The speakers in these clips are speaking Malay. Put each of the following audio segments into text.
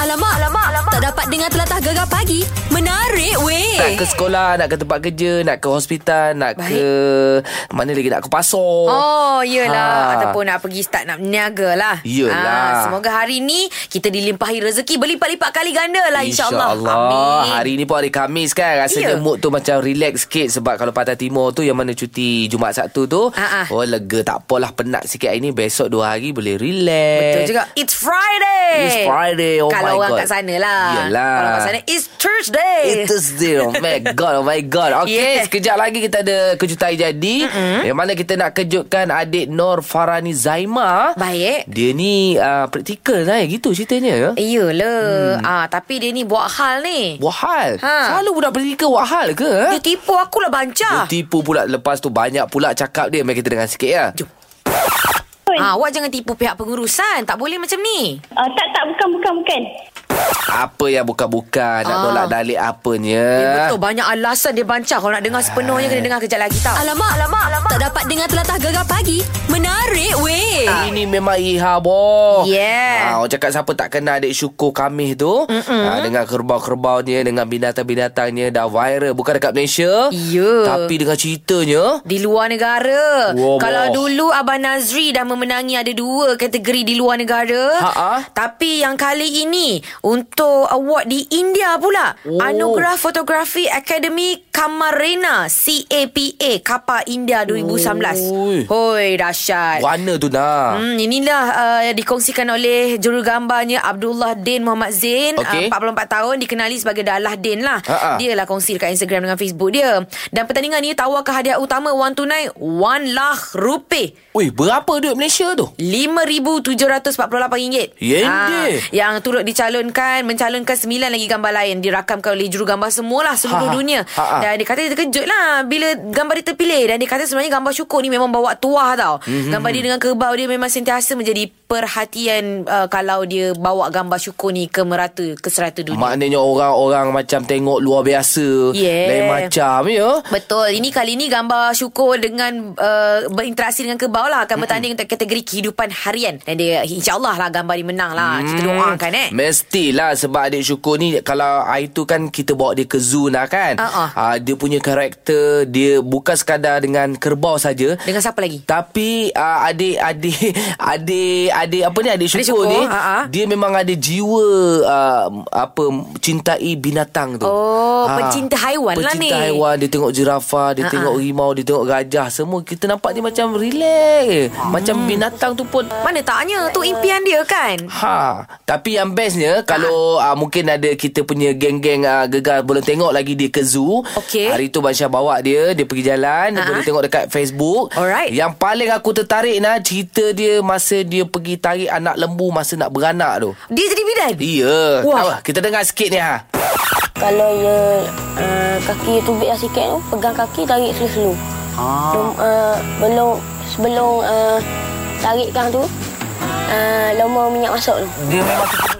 Alamak, alamak, alamak. Tak dapat dengar telatah gegar pagi. Menarik Eh. weh. Nak ke sekolah, nak ke tempat kerja, nak ke hospital, nak Baik. Baik. ke mana lagi nak ke pasar. Oh, yelah. Ha. Ha. Ataupun nak pergi start nak berniaga lah. Yelah. semoga hari ni kita dilimpahi rezeki berlipat-lipat kali ganda lah insyaAllah. InsyaAllah Hari ni pun hari Khamis kan Rasanya Ya. yeah. mood tu macam relax sikit Sebab kalau Pantai Timur tu Yang mana cuti Jumat Sabtu tu Ah, ah. Oh lega tak apalah Penat sikit hari ni Besok dua hari boleh relax Betul juga. It's Friday. It's Friday. Oh Kalau my orang God. kat sana lah. Yelah. Kalau kat sana, it's Thursday. It is there. Oh my god, oh my god. Eh. Okay, Yeah. yeah. sekejap lagi kita ada kejutan jadi. Mm-hmm. Yang mana kita nak kejutkan adik Nor Farani Zaima. Baik. Dia ni uh, praktikal lah gitu ceritanya. Eh? Iyalah. Hmm. Ah, tapi dia ni buat hal ni. Buat hal. Ha. Ha. Selalu budak praktikal buat hal ke? eh? Dia tipu lah, akulah Dia banca. tipu pula Lepas tu banyak pula cakap dia Mari kita dengar sikit ya Jom. Ah, awak jangan tipu pihak pengurusan. Tak boleh macam ni. Uh, tak, tak. Bukan, bukan, bukan. Apa yang bukan-bukan Nak Ah. nolak dalik apanya Eh, betul banyak alasan dia banca Kalau nak dengar sepenuhnya Kena dengar kejap lagi tau Alamak, alamak, alamak. Tak dapat dengar telatah gegar pagi. Menarik weh. Eh, Ah. Ini memang Iha boh Yeah. ha, Orang cakap siapa tak kenal Adik syukur Kamih tu ha, Dengan kerbau-kerbaunya Dengan binatang-binatangnya Dah viral Bukan dekat Malaysia Ya. Tapi dengan ceritanya Di luar negara Wah, Kalau wah. dulu Abang Nazri dah memenangi Ada dua kategori di luar negara Ha, Ha-ha. Tapi yang kali ini Untuk award di India pula Oh. Anugerah Fotografi Academy Kamarena CAPA Kappa India 2019 Ui. Hoi dahsyat Warna tu nak Hmm, inilah uh, dikongsikan oleh jurugambarnya Abdullah Din Muhammad Zain uh, Okey. 44 tahun dikenali sebagai Dalah Din lah. Ha-ha. Dia lah kongsi dekat Instagram dengan Facebook dia. Dan pertandingan ni tawarkan hadiah utama wang tunai 1 lakh rupiah. Weh berapa duit Malaysia tu? RM5,748 Yen Ya, dia. Ah, Yang turut dicalonkan Mencalonkan 9 lagi gambar lain Dirakamkan oleh jurugambar semualah Seluruh ha, Ha, ha. dunia Ha, ha. Dan dia kata dia terkejut lah Bila gambar dia terpilih Dan dia kata sebenarnya gambar syukur ni Memang bawa tuah tau Mhm. mm-hmm. Gambar dia dengan kerbau dia Memang sentiasa menjadi perhatian uh, Kalau dia bawa gambar syukur ni Ke merata Ke serata dunia Maknanya orang-orang macam tengok luar biasa Yeah. Lain macam ya Betul. Ini kali ni gambar syukur dengan uh, berinteraksi dengan kerbau lah Mhm. akan bertanding untuk kategori kehidupan harian. Dan dia insyaAllah lah gambar dia menang lah. Kita doakan eh. Hmm. Mestilah sebab adik syukur ni kalau hari tu kan kita bawa dia ke zoo lah kan. Ah, ah. Ah, dia punya karakter dia bukan sekadar dengan kerbau saja. Dengan siapa lagi? Tapi uh, adik adik adik adik apa ni Adik adik Syukur, syukur, ni ah, ah. dia memang ada jiwa uh, apa cintai binatang tu. Oh, pencinta haiwan lah ni. Pencinta haiwan, dia tengok jerafah, dia Ah, tengok ah. rimau, dia tengok gajah, semua kita nampak dia macam relax. Hmm. Macam binatang tu pun Mana taknya tu impian dia kan? Ha, tapi yang bestnya kalau Ha. uh, mungkin ada kita punya geng-geng uh, gegar belum tengok lagi dia ke zoo. Okey. Hari tu Bansyah bawa dia, dia pergi jalan, Ah. boleh tengok dekat Facebook. Alright. Yang paling aku tertarik nah cerita dia masa dia pergi tarik anak lembu masa nak beranak tu. Dia jadi bidan? Iya. Wah. Wah. Kita dengar sikit ni ha. Kalau dia uh, kaki tubik lah sikit tu, pegang kaki, tarik selu-selu. Ah. Uh, belum, sebelum uh, tarikkan tu, uh, lama minyak masuk tu.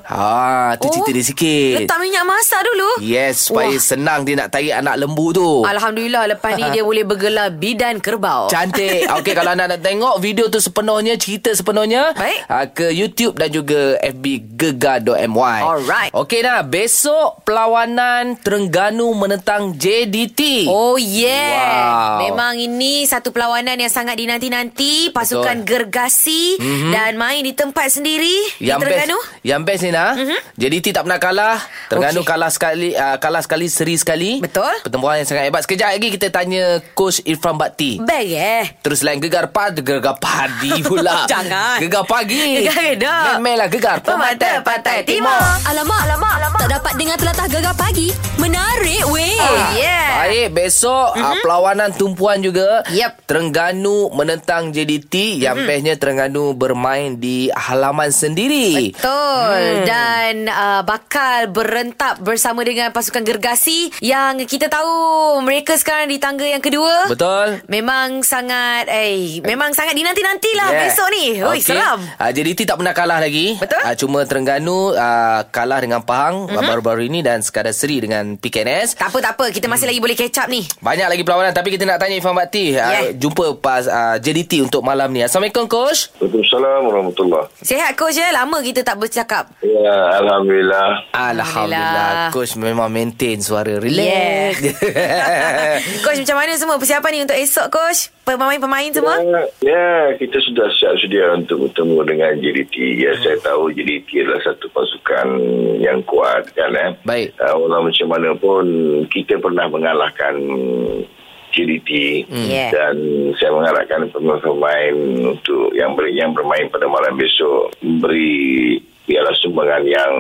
Ha, tu oh. cerita dia sikit. Letak minyak masak dulu. Yes, supaya Wah. senang dia nak tarik anak lembu tu. Alhamdulillah lepas ni dia boleh bergelar bidan kerbau. Cantik. Okey kalau anda nak tengok video tu sepenuhnya, cerita sepenuhnya Baik. Uh, ke YouTube dan juga FB gegar.my. Alright. Okey dah, besok perlawanan Terengganu menentang JDT. Oh yeah Wow. Memang ini satu perlawanan yang sangat dinanti-nanti Pasukan Betul. gergasi mm-hmm. Dan main di tempat sendiri Mhm. Yang Di Terengganu Mhm. best, yang best ni nah. Mm-hmm. JDT tak pernah kalah. Terengganu Okey. okay. kalah sekali, uh, kalah sekali, seri sekali. Betul. Pertempuran yang sangat hebat. Sekejap lagi kita tanya coach Irfan Bakti. Best eh Terus lain gegar pad Gegar padi pula Jangan. Gegar pagi Gegar gedak. Memelah gegar Pemata Pantai Timur Alamak, alamak, alamak. Tak dapat dengar telatah gegar pagi. Menarik weh. Ah. Yeah. Baik, besok mm-hmm. uh, perlawanan tumpuan juga. Mhm. Yep. Mhm. Terengganu menentang JDT. Yang mm-hmm. bestnya Terengganu bermain di halaman sendiri. Betul. Hmm. Dan uh, bakal berentap bersama dengan pasukan gergasi yang kita tahu mereka sekarang di tangga yang kedua. Betul. Memang sangat eh memang sangat dinanti-nantilah yeah. besok ni. Oi, okay. seram. Uh, JDT tak pernah kalah lagi. Betul. Mhm. Uh, cuma Terengganu uh, kalah dengan Pahang mm-hmm. baru-baru ini dan sekadar seri dengan PKNS. Tak apa tak apa, kita masih lagi boleh catch up ni. Banyak lagi perlawanan tapi kita nak tanya Ifan Bakti. Yeah. Uh, jumpa pas uh, JDT untuk malam ni. Assalamualaikum coach. Waalaikumsalam warahmatullahi Sihat coach ya, lama kita tak bercakap. Ya, Alhamdulillah. Alhamdulillah. Alhamdulillah. Coach memang maintain suara. Yeah. Relax. Yeah. coach macam mana semua persiapan ni untuk esok coach? Pemain-pemain semua? Ya, ya, kita sudah siap sedia untuk bertemu dengan JDT. Ya, Hmm. saya tahu JDT adalah satu pasukan yang kuat kan eh. Baik. Uh, walau macam mana pun kita pernah mengalahkan JDT Hmm. Ya. dan saya mengharapkan pemain-pemain untuk yang ber, yang bermain pada malam besok memberi ialah sumbangan yang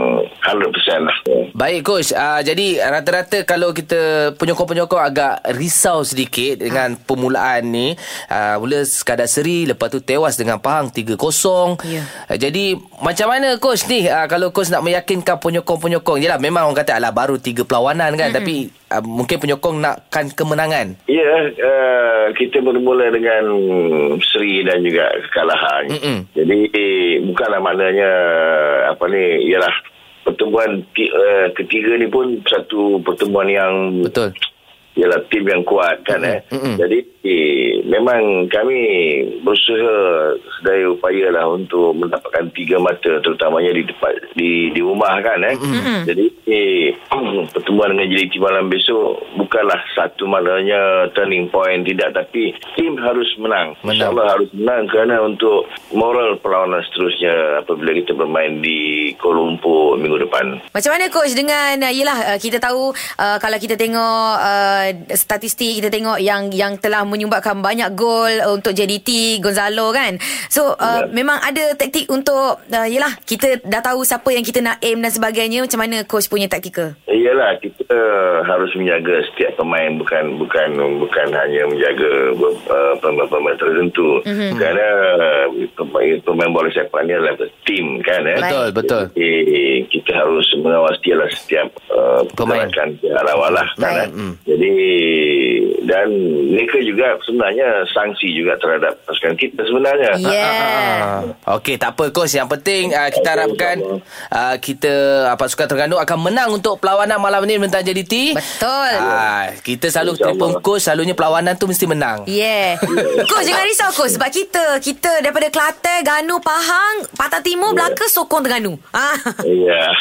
100% lah. Ya. Baik coach, uh, jadi rata-rata kalau kita penyokong-penyokong agak risau sedikit dengan permulaan ni, uh, mula sekadar seri lepas tu tewas dengan Pahang 3-0. Ya. Uh, jadi macam mana coach ni uh, kalau coach nak meyakinkan penyokong-penyokong? Yalah memang orang kata alah baru 3 perlawanan kan, mm tapi uh, mungkin penyokong nakkan kemenangan. Ya, uh, kita bermula dengan seri dan juga kekalahan. Mm-mm. Jadi eh, bukanlah maknanya apa ni ialah pertemuan ti, uh, ketiga ni pun satu pertemuan yang Betul. ialah tim yang kuat kan eh. Mm-mm. Jadi eh, memang kami berusaha sedaya upaya lah untuk mendapatkan tiga mata terutamanya di tempat di di rumah kan eh. Jadi eh, pertemuan dengan JDT malam besok bukanlah satu maknanya turning point tidak tapi tim harus menang. Menang. InsyaAllah harus menang kerana untuk moral perlawanan seterusnya apabila kita bermain di Kuala Lumpur minggu depan. Macam mana coach dengan uh, yelah uh, kita tahu uh, kalau kita tengok uh, statistik kita tengok yang yang telah menyumbangkan banyak gol uh, untuk JDT Gonzalo kan. So uh, Ya. memang ada taktik untuk uh, yelah kita dah tahu siapa yang kita nak aim dan sebagainya macam mana coach punya taktikal. Iyalah kita harus menjaga setiap pemain bukan bukan bukan hanya menjaga uh, pemain-pemain tertentu Mhm. mm-hmm. kerana uh, pemain pemain bola sepak ni adalah tim kan eh Betul, betul. Jadi, kita harus mengawasi lah setiap uh, Pemain. Hmm. pergerakan lawan lah kan eh? Baik. mm. jadi dan mereka juga sebenarnya sanksi juga terhadap pasukan kita sebenarnya Ya. Yeah. Ah. Okey, tak apa coach. Yang penting uh, kita harapkan uh, kita uh, pasukan Terengganu akan menang untuk perlawanan malam ni menentang JDT. Betul. Ah, kita selalu telefon InsyaAllah. coach, selalunya perlawanan tu mesti menang. Yeah. coach jangan risau coach sebab kita kita daripada Kelantan, Ganu, Pahang, Patah Timur, Ya. Melaka sokong Terengganu. Ah. ya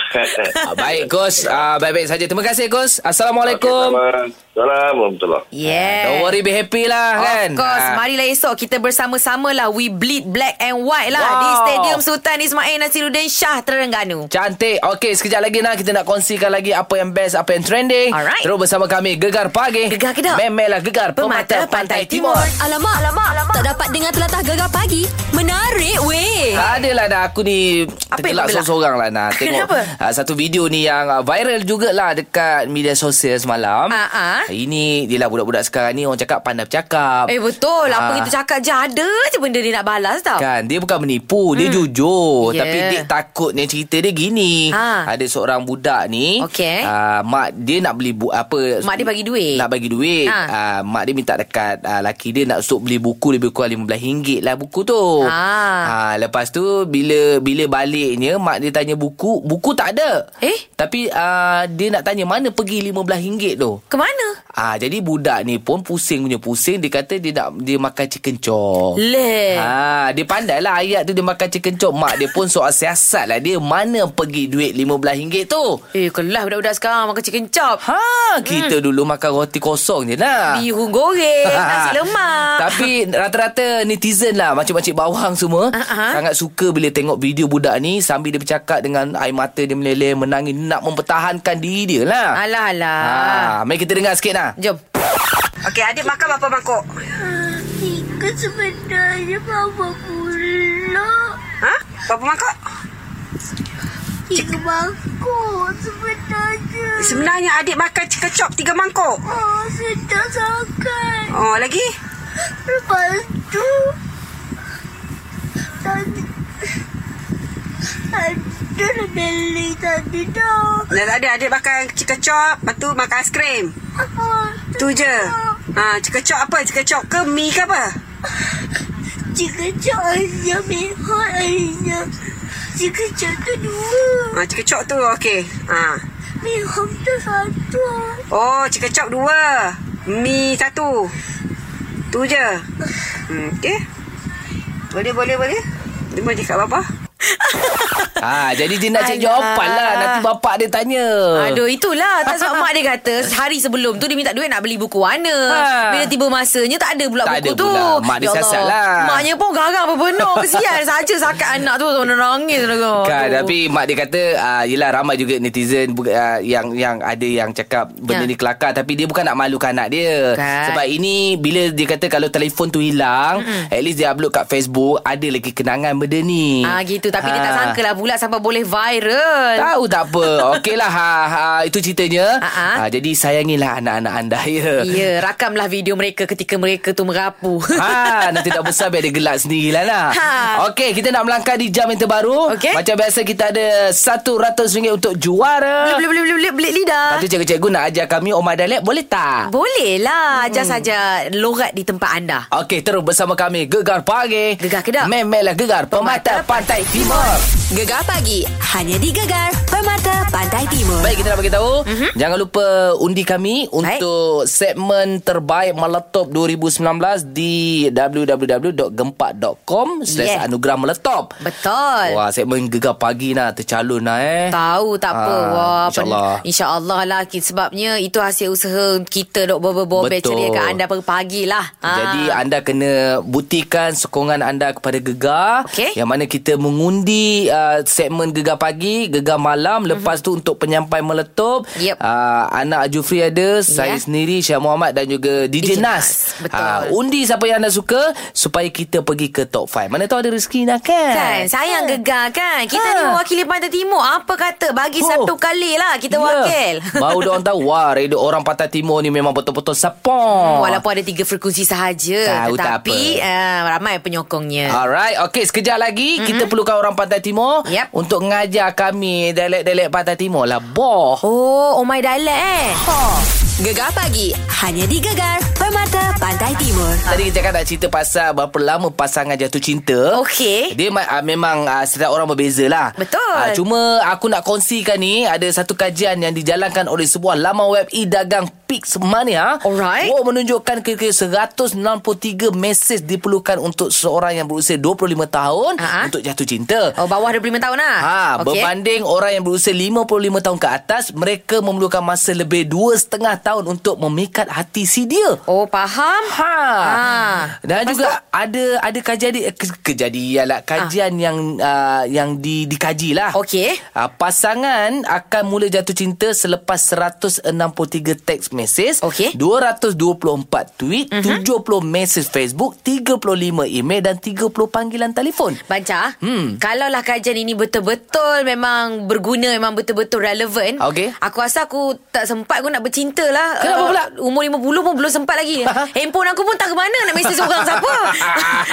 Ah, baik coach. Ah, baik-baik saja. Terima kasih coach. Assalamualaikum. Assalamualaikum warahmatullahi Yeah. Ya. Don't worry be happy lah Of kan. course Ah. Marilah esok Kita bersama-sama lah We bleed black and white lah Wow. Di Stadium Sultan Ismail Nasiruddin Shah Terengganu Cantik. Okey, sekejap lagi nah kita nak kongsikan lagi apa yang best, apa yang trending. Alright. Terus bersama kami Gegar Pagi. Gegar Kedah. Memelah Gegar Pemata, Pantai, Timur. Alamak, alamak, alamak. Tak dapat dengar telatah gegar pagi. Menarik weh. Ah. Tak adalah dah aku Apa yang ni tergelak tergelak? seorang-seorang lah nah. Tengok Kenapa? ah, satu video ni yang ah, viral jugalah dekat media sosial semalam. Ah, ah. Ini dia lah budak-budak sekarang ni orang cakap pandai bercakap. Eh betul Apa Ah. kita cakap je Ada je benda dia nak balas tau Kan dia bukan menipu Dia jujur Ya. Tapi dia takutnya cerita dia gini Ha. Ada seorang budak ni Okey. ah, Mak dia nak beli bu- apa Mak dia bagi duit. Nak bagi duit Ha. Ah, Mak dia minta dekat ah, Laki dia nak suruh beli buku Lebih kurang RM15 lah buku tu Ha. Ah, Lepas tu Bila bila baliknya Mak dia tanya buku Buku tak ada Eh? Tapi ah, Dia nak tanya Mana pergi RM15 tu Kemana? Ah jadi budak ni pun pusing punya pusing dia kata dia nak dia makan chicken chop. Leh. Ha dia pandailah ayat tu dia makan chicken chop mak dia pun soal siasat lah dia mana pergi duit RM15 tu. Eh kelas budak-budak sekarang Makan chicken chop ha? Ha kita hmm. dulu makan roti kosong je lah. Bihun goreng Nasi lemak Tapi rata-rata netizen lah Macam-macam bawang semua Ah, ah. Sangat suka bila tengok video budak ni Sambil dia bercakap dengan air mata dia meleleh Menangis Nak mempertahankan diri dia lah Alah alah Ah. ha, Mari kita dengar sikit lah Jom Okey adik makan berapa mangkuk? Jika sebenarnya Mama pula Ha? Berapa mangkuk? Jika bangkut sebenarnya Sebenarnya adik makan chicken chop 3 mangkuk Oh, sedap sangat Oh lagi? Lepas tu Tadi Ada rebeli tadi tau Dah tak ada Adik makan chicken chop Lepas tu makan aiskrim Apa Tu je ha, Chicken chop apa? Chicken chop ke mi ke apa? Jika cok hanya mehot hanya Jika cok tu dua Ha, chicken chop tu okey ha. Mehot tu satu Oh chicken chop dua Mi satu Tu je hmm, Okey Boleh boleh boleh Dia boleh cakap apa-apa Ha, jadi dia nak cari jawapan lah. Nanti bapak dia tanya. Aduh itulah Tak sebab mak dia kata Hari sebelum tu Dia minta duit nak beli buku warna Ha. ha. Bila tiba masanya Tak ada pula Tak buku ada tu pula. Mak dia Ya siasat Allah. lah. Maknya pun garang berpenuh Kesian saja sakat anak tu Tuan nangis lah kau. Kan, Aduh. tapi mak dia kata uh, Yelah ramai juga netizen bu- uh, Yang yang ada yang cakap Benda Ya. ni kelakar Tapi dia bukan nak malukan anak dia Kan. Sebab ini Bila dia kata Kalau telefon tu hilang At least dia upload kat Facebook Ada lagi kenangan benda ni Ah gitu Tapi ha. dia tak Ha. sangka lah pula Sampai boleh viral Tahu tak apa Okeylah ha, ha, Itu ceritanya Ha, ha. ha, Jadi sayangilah anak-anak anda ya Ya rakamlah video mereka Ketika mereka tu merapu Ha, nanti dah besar biar dia gelak sendirilah lah. Ha. Okey, kita nak melangkah di jam yang terbaru. Okey. Macam biasa kita ada RM100 untuk juara. Boleh boleh boleh boleh Belit lidah Lepas tu cikgu-cikgu nak ajar kami Omar Dalek boleh tak? Boleh Hmm. lah Ajar saja Lorat di tempat anda Okey, terus bersama kami Gegar Pagi. Gegar Kedah. Memelah Gegar Pemata Pantai Timur. Gegar pagi hanya di Gegar Permata Pantai Timur. Baik, kita nak bagi tahu. Mm-hmm. Jangan lupa undi kami Mhm. Baik. untuk segmen terbaik Meletop 2019 di www.gempak.com slash Yeah. anugerah meletop. Betul Wah, segmen gegar pagi nah tercalon lah eh. Tahu tak apa Ah, Wah, insyaAllah. pen- InsyaAllah lah ki- Sebabnya itu hasil usaha Kita dok berbual-bual Betul. ceria kat anda pagi-pagi lah Ah. Jadi anda kena buktikan sokongan anda kepada Gegar Okey. yang mana kita mengundi uh, segmen Gegar pagi, Gegar malam lepas tu untuk penyampai meletup Mhm. Yep. uh, anak Jufri ada, saya sendiri Syah Muhammad dan juga DJ, DJ Nas. Nas. Betul. Ah, undi siapa yang anda suka supaya kita pergi ke top 5. Mana tahu ada rezeki nak kan. Kan Eh. Sayang gegar kan Kita Ah. ni mewakili Pantai Timur Apa kata Bagi Oh. satu kali lah Kita Ya. wakil Baru dia orang tahu Wah radio orang Pantai Timur ni Memang betul-betul support Hmm, Walaupun ada tiga frekuensi sahaja Tahu tak Ah. Tetapi uh, Ramai penyokongnya Alright, okay sekejap lagi mm-hmm. kita perlukan orang Pantai Timur Mhm. Yep. untuk ngajar kami dialek-dialek Pantai Timur lah. Boh. Oh Oh my dialect eh Ha. Gegar pagi hanya di Gegar Permata Pantai Timur. Tadi kita kan nak cerita pasal berapa lama pasangan jatuh cinta. Okey. Dia ma- ah, memang uh, setiap orang berbeza lah. Betul. Ah, cuma aku nak kongsikan ni ada satu kajian yang dijalankan oleh sebuah laman web e-dagang Pixmania. Alright. Oh, menunjukkan kira-kira 163 mesej diperlukan untuk seorang yang berusia 25 tahun Ah, ah. untuk jatuh cinta. Oh bawah 25 tahun lah Ha, okay. Okey. berbanding orang yang berusia 55 tahun ke atas, mereka memerlukan masa lebih dua setengah tahun untuk memikat hati si dia. Oh faham Ha. Ha. Dan Lepas juga ada ada kajian eh, ke- kejadian lah kajian yang uh, yang di dikaji lah. Ah. Okey. Uh, pasangan akan mula jatuh cinta selepas 163 teks mesej, Okey. Mhm. 224 tweet, 70 mesej Facebook, 35 email dan 30 panggilan telefon. Banca hmm. Kalaulah kajian ini betul-betul Memang berguna Memang betul-betul relevan Okey. Aku rasa aku tak sempat Aku nak bercinta lah Kenapa pula? Ha, Umur 50 pun belum sempat lagi Handphone aku pun tak ke mana Nak mesej orang siapa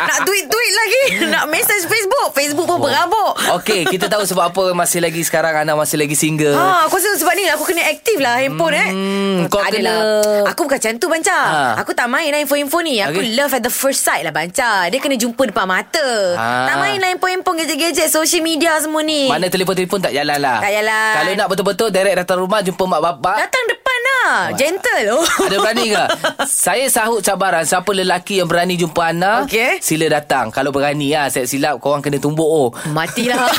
Nak tweet-tweet lagi Nak mesej Facebook Facebook pun berabuk Okey, kita tahu sebab apa masih lagi sekarang Ana masih lagi single. Ha, aku rasa sebab ni aku kena aktif lah handphone eh. Hmm, kau kena- Aku bukan macam tu Banca. Ha. Aku tak main lah handphone-handphone ni. Aku Okey. okay. love at the first sight lah Banca. Dia kena jumpa depan mata. Ha. Tak main lah handphone-handphone gadget-gadget, social media semua ni. Mana telefon-telefon tak jalan lah. Tak jalan. Kalau nak betul-betul direct datang rumah jumpa mak bapak. Datang depan lah. Gentle. Oh. Ada berani ke? Saya sahut cabaran Siapa lelaki yang berani jumpa Ana Okey. Sila datang Kalau berani lah Saya silap korang kena tumbuk oh. Matilah.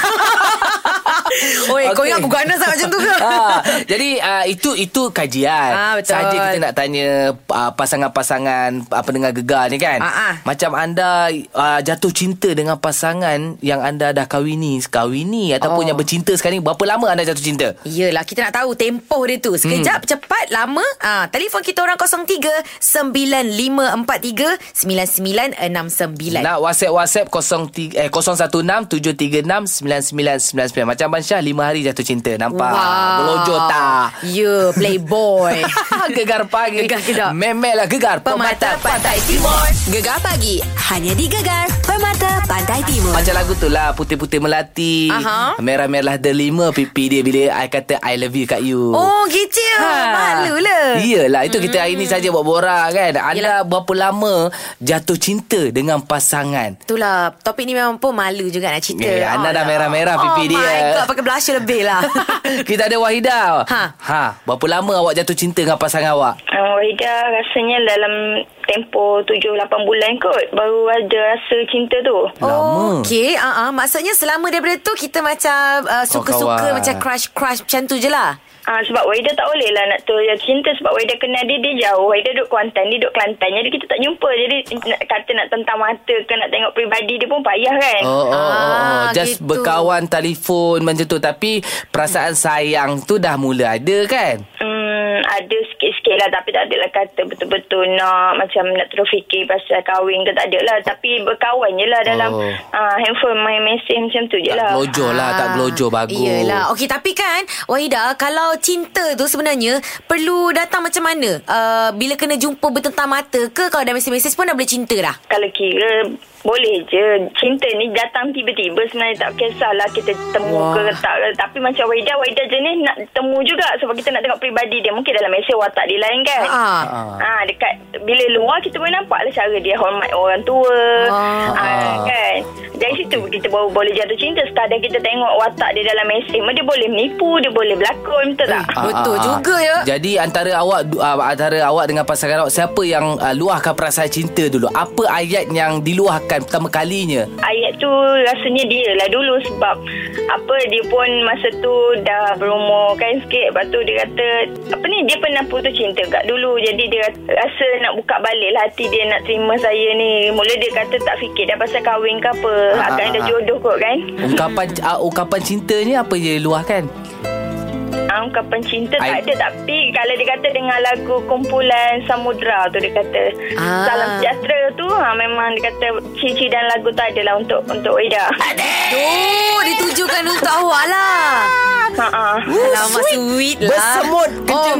Oi, okay. kau Okey. ingat aku ganas tak macam tu ke? ha, jadi uh, itu itu kajian. Ah, betul. Saja kita nak tanya uh, pasangan-pasangan uh, pendengar gegar ni kan. Ah, ah. Macam anda uh, jatuh cinta dengan pasangan yang anda dah kahwini, kahwini Oh. ataupun yang bercinta sekarang ni berapa lama anda jatuh cinta? Yelah kita nak tahu tempoh dia tu Sekejap hmm. cepat lama ha, Telefon kita orang 03 9543 9969 Nak WhatsApp WhatsApp 03 eh 016 736 9999. Macam Abang Syah 5 hari jatuh cinta. Nampak? Melojo tak? Ya, yeah, playboy. gegar pagi. Gegar Kedah. Memelah gegar pemata, Pemata pantai Pantai timur. Gegar pagi hanya di Gegar Permata Pantai Timur. Macam lagu tu lah Putih-putih melati Aha. Merah-merah delima pipi dia Bila I kata I love you kat you oh, kecil. Ha. Malu Hmm. lah. Iyalah itu kita hari ni saja buat borak kan Anda Yelah. berapa lama jatuh cinta dengan pasangan Itulah Topik ni memang pun malu juga nak cerita Eh, Ana lah. dah merah-merah pipi Oh dia. my god Pakai blusher lebih lah Kita ada Wahida Ha. ha Berapa lama awak jatuh cinta dengan pasangan awak Uh, Wahida Ah, rasanya dalam tempoh 7-8 bulan kot baru ada rasa cinta tu. Lama. Okey, uh-uh. maksudnya selama daripada tu kita macam uh, suka-suka Kawan-kawan. macam crush-crush macam tu je lah. Ah sebab Waida tak boleh lah nak tolong cinta sebab Waida kenal dia, dia jauh. Waida duduk Kuantan, dia duduk Kelantan. Jadi kita tak jumpa. Jadi nak, kata nak tentang mata ke nak tengok peribadi dia pun payah kan. Oh, oh, oh, oh. Ah, Just gitu. berkawan telefon macam tu Tapi perasaan sayang tu dah mula ada kan Hmm, ada sikit-sikit lah tapi tak adalah kata betul-betul nak macam nak terus fikir pasal kahwin ke tak adalah tapi berkawan je lah dalam Oh. oh. uh, handphone main mesej macam tu je Tak lah. gelojoh lah Tak Ah, gelojoh bagus Yelah Okey tapi kan Wahida Kalau cinta tu sebenarnya Perlu datang macam mana uh, Bila kena jumpa bertentang mata ke Kalau dah mesej-mesej pun dah boleh cinta dah Kalau kira boleh je Cinta ni datang tiba-tiba Sebenarnya tak kisahlah Kita temu Wah. Wah. ke tak ke. Tapi macam Waida Waida jenis nak temu juga Sebab kita nak tengok peribadi dia Mungkin dalam Malaysia watak dia lain kan Ah. Ah. Ah, dekat bila luar kita boleh nampak lah cara dia hormat orang tua Ah. ah, kan dari situ kita baru boleh jatuh cinta sekadar kita tengok watak dia dalam mesej dia boleh menipu dia boleh berlakon betul tak Ah, Betul ah, ah. juga ya. Jadi antara awak du- ah, antara awak dengan pasangan awak siapa yang ah, luahkan perasaan cinta dulu? Apa ayat yang diluahkan pertama kalinya? ayat tu rasanya dia lah dulu sebab apa dia pun masa tu dah berumur kan sikit lepas tu dia kata apa ni dia pernah putus cinta kat dulu jadi dia rasa nak buka balik lah hati dia nak terima saya ni mula dia kata tak fikir dah pasal kahwin ke apa Ah, akan ah, dah ah. jodoh kot kan Ungkapan ah, ungkapan cinta ni apa je luahkan? ah, ungkapan cinta I- tak ada tapi kalau dia kata dengan lagu kumpulan samudra tu dia kata Ah. salam sejahtera tu ha, memang dia kata cici dan lagu tu adalah untuk untuk Ida Oh ditujukan untuk awak lah ha, ah. Alamak sweet, lah Bersemut, kencing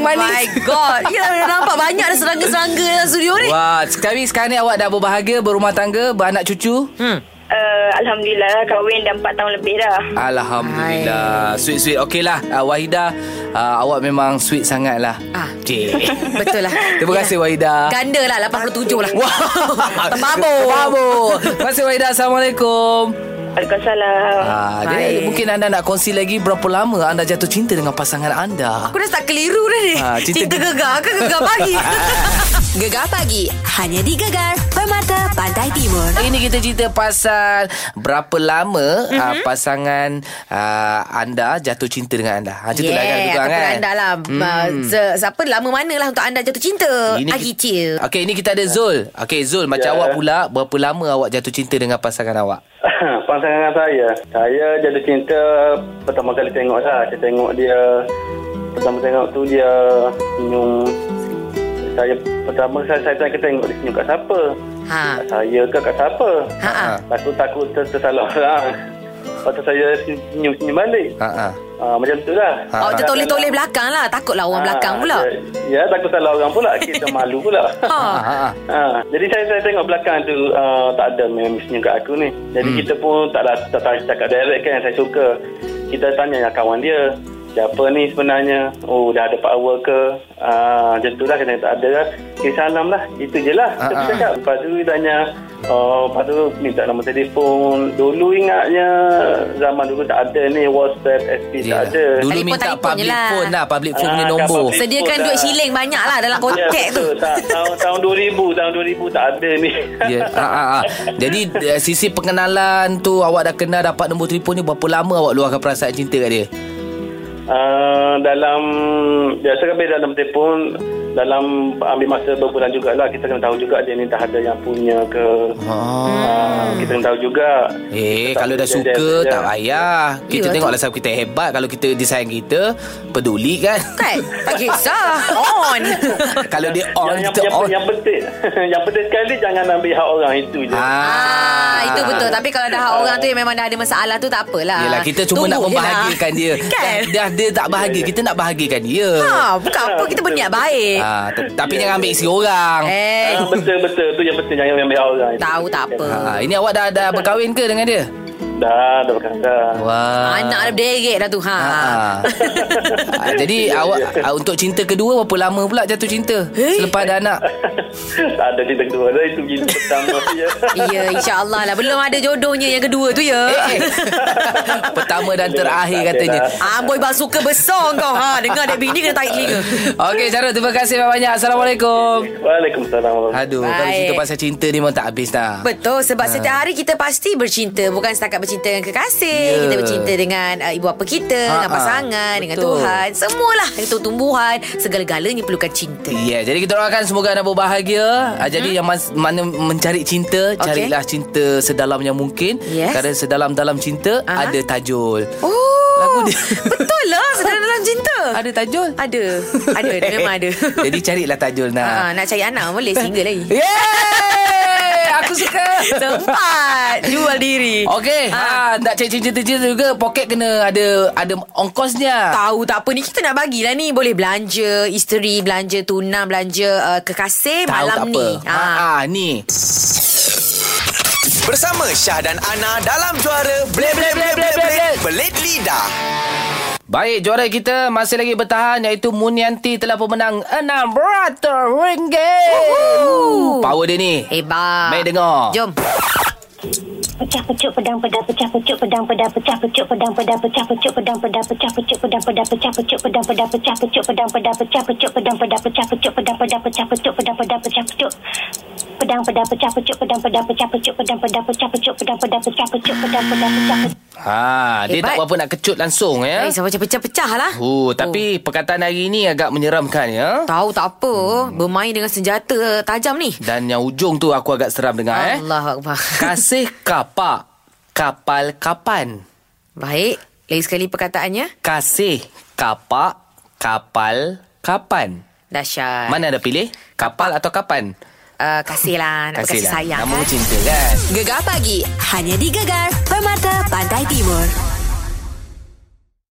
Oh manis. my god Ya dah nampak banyak dah serangga-serangga dalam studio ni Wah, sekali sekarang ni awak dah berbahagia, berumah tangga, beranak cucu. Hmm. Uh, Alhamdulillah kahwin dah 4 tahun lebih dah. Alhamdulillah. Sweet-sweet. Okeylah, ah, Wahida, ah, awak memang sweet sangatlah. Ah. Cik. Betul lah Terima kasih Wahida. Ganda lah 87 lah Wah. Terbabur Terbabur. Terima kasih Wahida. Assalamualaikum. Waalaikumsalam. Ah, dia, Baik. mungkin anda nak kongsi lagi berapa lama anda jatuh cinta dengan pasangan anda. Aku dah start keliru dah ni Ah, cinta- cinta, cinta gegar ke gegar pagi Gegar pagi Hanya di Gegar Permata Pantai Timur Ini kita cerita pasal berapa lama Mhm. mm-hmm. uh, pasangan uh, anda jatuh cinta dengan anda. Ha, macam tu lah kan lebih kurang ataupun kan. anda lah hmm. se, Siapa lama mana lah Untuk anda jatuh cinta Agi cil kita, okay, ini kita ada Zul. Okay, Zul, macam Ya. awak pula, berapa lama awak jatuh cinta dengan pasangan awak? Pasangan saya Saya jatuh cinta Pertama kali tengok lah Saya tengok dia Pertama tengok tu dia Senyum Saya Pertama saya, saya tengok, tengok Dia senyum kat siapa Ha. Kat saya ke kat siapa Ha ah. Lepas tu takut ter, tersalah orang Lepas tu saya senyum-senyum balik Ha ah. ha, Macam tu lah Ha. Awak Dah- tertoleh-toleh belakang lah Takutlah orang Ah, belakang pula Ya, ya takut salah orang pula Kita malu pula Ha. Ha ah. Ha, jadi saya saya tengok belakang tu uh, tak ada memang senyum kat aku ni. Jadi hmm. kita pun taklah tak tak cakap direct kan saya suka. Kita tanya yang kawan dia. Siapa ni sebenarnya? Oh, dah ada power ke? Ah, macam tu lah kena tak ada lah. Okay, salam lah. Itu je lah. Ah, Kita ah. uh cakap. Lepas tu dia tanya, oh, lepas tu minta nombor telefon. Dulu ingatnya zaman dulu tak ada ni WhatsApp, SP tak Yelah. ada. Ya. Dulu Telefon- minta telefon je public lah. phone lah, public phone Ah, punya kat nombor. public- Sediakan Betul duit dah. siling banyak lah Ya, Dalam kotak tu betul. Tak, tahun, tahun 2000, tahun 2000 tak ada ni. Ya, ha, ha, ha. Jadi eh, sisi pengenalan tu awak dah kenal dapat nombor telefon ni berapa lama awak luahkan perasaan cinta kat dia? Uh, dalam biasa kami dalam telefon dalam ambil masa berbulan jugalah kita kena tahu juga dia ni dah ada yang punya ke Oh. uh, kita kena tahu juga Eh, Tak kalau dah boleh suka jadi- tak payah. Kita Ya, tengoklah siapa kita hebat kalau kita disayang kita, peduli kan. Kan Tak kisah On kalau dia on yang, yang, kita yang, on. yang penting yang penting sekali jangan ambil hak orang itu je Ah, itu betul Tapi kalau dah hak orang tu Yang memang dah ada masalah tu Tak apalah Yelah kita cuma Tunggu nak je lah. membahagiakan dia. Kan Dah, dah dia tak bahagia, kita nak bahagiakan dia. Ha, bukan apa kita berniat baik. Ah, t- tapi jangan ambil isi orang. Eh, Ah, betul betul tu yang penting jangan ambil hak orang itu. tahu tak apa. Ha, ini awak dah dah berkahwin ke dengan dia? dah dah berkata dah. Wah. Anak dah berderet dah tu. Ha. Ah. Ya, Ah, jadi awak ah, untuk cinta kedua berapa lama pula jatuh cinta selepas ada anak? tak ada cerita kedua dah itu gila pertama je. Ya insyaAllah lah Belum ada jodohnya yang kedua tu ya Eh, eh. Pertama dan terakhir katanya. Ah, boy basuka besar kau ha. Dengar dek bini kena tarik telinga Okey, Syarul. Terima kasih banyak-banyak. Assalamualaikum. Waalaikumsalam. Aduh, Baik. kalau Baik. cerita pasal cinta ni memang tak habis dah. Betul Ah. sebab ha. setiap hari kita pasti bercinta bukan setakat bercinta dengan kekasih Ya. yeah. kita bercinta dengan uh, ibu bapa kita Ha, ha, dengan ha. pasangan dengan Betul. Tuhan semualah itu tumbuhan segala-galanya perlukan cinta Ya, yeah, jadi kita doakan semoga anda berbahagia. Mm-hmm. Jadi yang mas, mana mencari cinta, Okey. carilah cinta sedalam yang mungkin. Yes. Kerana sedalam-dalam cinta Aha. ada tajul. Oh Lagu dia. betul lah sedang dalam cinta Ada Eh. tajul? ada ada memang ada jadi carilah tajul ha, nah. nak cari anak boleh single lagi Yeay! Aku suka. sempat jual diri Ah, Okey, ha. ha nak cari cinta-cinta juga poket kena ada ada ongkosnya. Tahu tak apa ni Kita nak bagilah ni Boleh belanja Isteri belanja Tunang belanja uh, Kekasih malam tak ni Ah, apa. Ha. ha ni. Bersama Syah dan Ana dalam juara Bleh Bleh Bleh Bleh Bleh Belit Lidah. Baik, juara kita masih lagi bertahan iaitu Munianti telah pemenang RM600. Uhuh. Power dia ni. Eh, Hebat Baik dengar. Jom Pecah pecut pedang pedang pecah pecut pedang pedang pecah pecut pedang pedang pecah pecut pedang pedang pecah pecut pedang pedang pecah pecut pedang pedang pecah pecut pedang pedang pecah pecut pedang pedang pecah pecut pedang pedang pecah pecut pedang pedang pecah pecut pedang pedang pecah pecut pedang pedang pecah pecut pedang pedang pecah pecut pedang pedang pecah pecut pedang pedang pecah pecut Ha, dia Hebat. tak apa nak kecut langsung ya. Eh, sampai pecah-pecah lah. Oh, tapi perkataan hari ini agak menyeramkan ya. Oh, Tahu tak apa Hmm. Bermain dengan senjata tajam ni Dan yang ujung tu aku agak seram dengar eh. Allah Akbar Kasih kapak kapal kapan? Baik Lagi sekali perkataannya Kasih kapak kapal kapan? Dahsyat Mana dah pilih? Kapal atau kapan? uh, Kasih lah Nak kasih, kasih sayang Nama kan? cinta kan? Gegar pagi. Hanya di Gegar. Permata Pantai Timur.